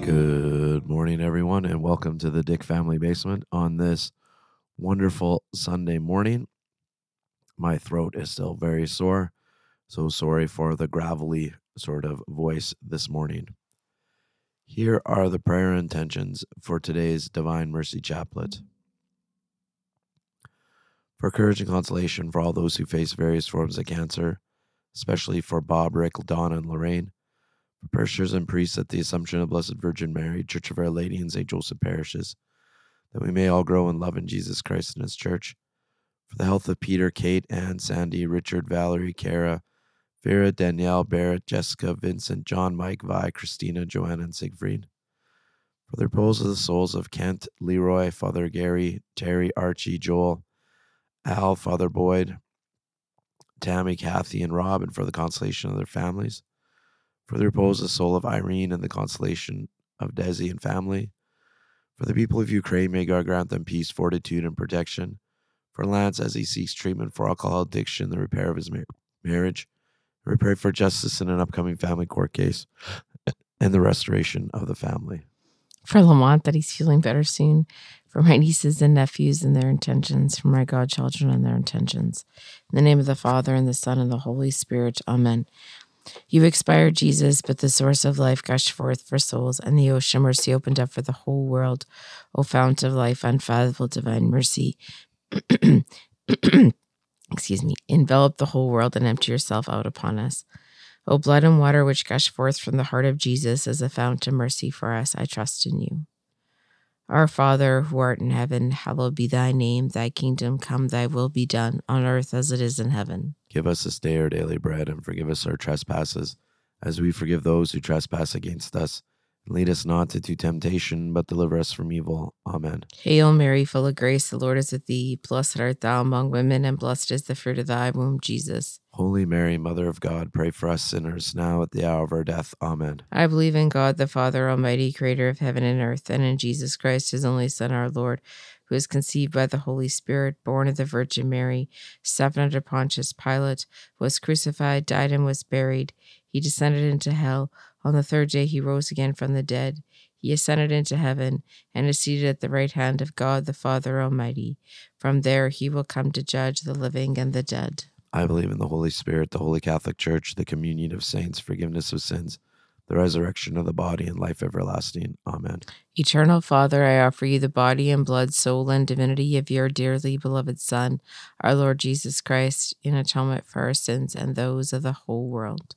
Good morning, everyone, and welcome to the Dick Family Basement on this wonderful Sunday morning. My throat is still very sore, so sorry for the gravelly sort of voice this morning. Here are the prayer intentions for today's Divine Mercy Chaplet. For courage and consolation for all those who face various forms of cancer, especially for Bob, Rick, Donna, and Lorraine, for parishioners and priests at the Assumption of Blessed Virgin Mary, Church of Our Lady, and St. Joseph parishes, that we may all grow in love in Jesus Christ and His Church, for the health of Peter, Kate, Ann, Sandy, Richard, Valerie, Kara, Vera, Danielle, Barrett, Jessica, Vincent, John, Mike, Vi, Christina, Joanna, and Siegfried. For the repose of the souls of Kent, Leroy, Father Gary, Terry, Archie, Joel, Al, Father Boyd, Tammy, Kathy, and Rob, and for the consolation of their families. For the repose of the soul of Irene and the consolation of Desi and family. For the people of Ukraine, may God grant them peace, fortitude, and protection. For Lance, as he seeks treatment for alcohol addiction, the repair of his mar- marriage. We pray for justice in an upcoming family court case and the restoration of the family. for Lamont that he's feeling better soon, for my nieces and nephews and their intentions, for my godchildren and their intentions. In the name of the Father, and the Son, and the Holy Spirit, Amen. You expired, Jesus, but the source of life gushed forth for souls, and the ocean mercy opened up for the whole world. O fount of life, unfathomable divine mercy. Excuse me, envelop the whole world and empty yourself out upon us. O blood and water which gush forth from the heart of Jesus as a fount of mercy for us, I trust in you. Our Father, who art in heaven, hallowed be thy name. Thy kingdom come, thy will be done, on earth as it is in heaven. Give us this day our daily bread and forgive us our trespasses as we forgive those who trespass against us. And lead us not into temptation, but deliver us from evil. Amen. Hail Mary, full of grace, the Lord is with thee. Blessed art thou among women, and blessed is the fruit of thy womb, Jesus. Holy Mary, Mother of God, pray for us sinners now at the hour of our death. Amen. I believe in God, the Father Almighty, creator of heaven and earth, and in Jesus Christ, his only Son, our Lord, who was conceived by the Holy Spirit, born of the Virgin Mary, suffered under Pontius Pilate, was crucified, died, and was buried. He descended into hell. On the third day, he rose again from the dead. He ascended into heaven and is seated at the right hand of God, the Father Almighty. From there, he will come to judge the living and the dead. I believe in the Holy Spirit, the Holy Catholic Church, the communion of saints, forgiveness of sins, the resurrection of the body, and life everlasting. Amen. Eternal Father, I offer you the body and blood, soul and divinity of your dearly beloved Son, our Lord Jesus Christ, in atonement for our sins and those of the whole world.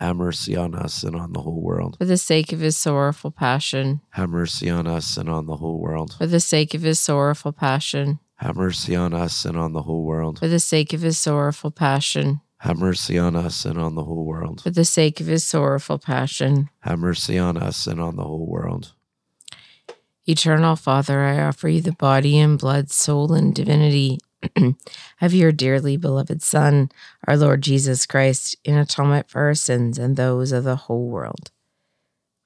Have mercy on us and on the whole world. for the sake of his sorrowful passion, Have mercy on us and on the whole world. for the sake of his sorrowful passion. Have mercy on us and on the whole world. for the sake of his sorrowful passion, Have mercy on us and on the whole world. for the sake of his sorrowful passion. Have mercy on us and on the whole world. Eternal Father, I offer you the body and blood, soul and divinity of your dearly beloved Son, our Lord Jesus Christ, in atonement for our sins and those of the whole world.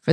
For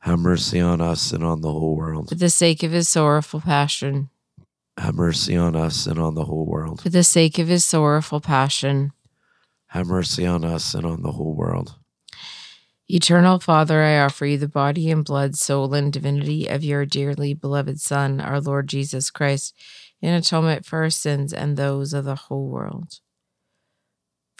Have mercy on us and on the whole for world. the sake of his sorrowful passion, Have mercy on us and on the whole world. for the sake of his sorrowful passion. Have mercy on us and on the whole world. Eternal Father, I offer you the body and blood, soul and divinity of your dearly beloved Son, our Lord Jesus Christ, in atonement for our sins and those of the whole world.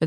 for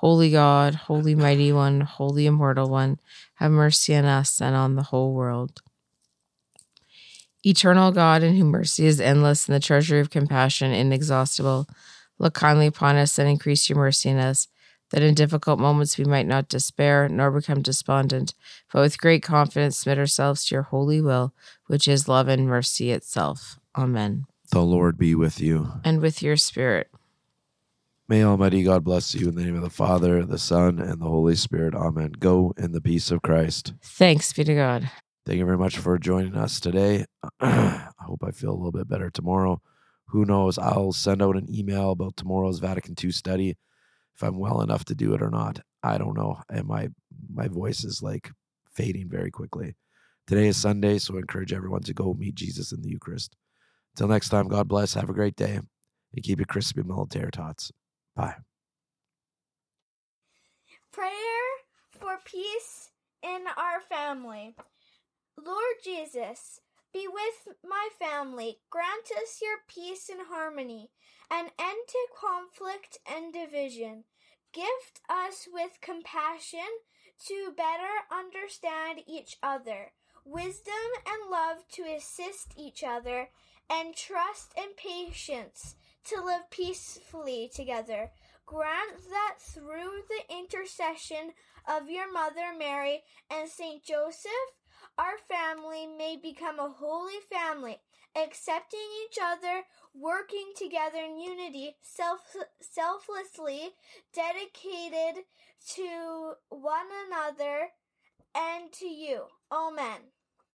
Holy God, Holy Mighty One, Holy Immortal One, have mercy on us and on the whole world. Eternal God, in whom mercy is endless and the treasury of compassion inexhaustible, look kindly upon us and increase your mercy in us, that in difficult moments we might not despair nor become despondent, but with great confidence submit ourselves to your holy will, which is love and mercy itself. Amen. The Lord be with you. And with your spirit. May Almighty God bless you in the name of the Father, the Son, and the Holy Spirit. Amen. Go in the peace of Christ. Thanks be to God. Thank you very much for joining us today. I hope I feel a little bit better tomorrow. Who knows? I'll send out an email about tomorrow's Vatican II study if I'm well enough to do it or not. I don't know. And my my voice is like fading very quickly. Today is Sunday, so I encourage everyone to go meet Jesus in the Eucharist. Till next time, God bless. Have a great day and keep your crispy military tots. Bye. Prayer for peace in our family. Lord Jesus, be with my family. Grant us your peace and harmony, an end to conflict and division. Gift us with compassion to better understand each other, wisdom and love to assist each other, and trust and patience to live peacefully together. Grant that through the intercession of your Mother Mary and Saint Joseph, our family may become a holy family, accepting each other, working together in unity, self- selflessly dedicated to one another and to you. Amen.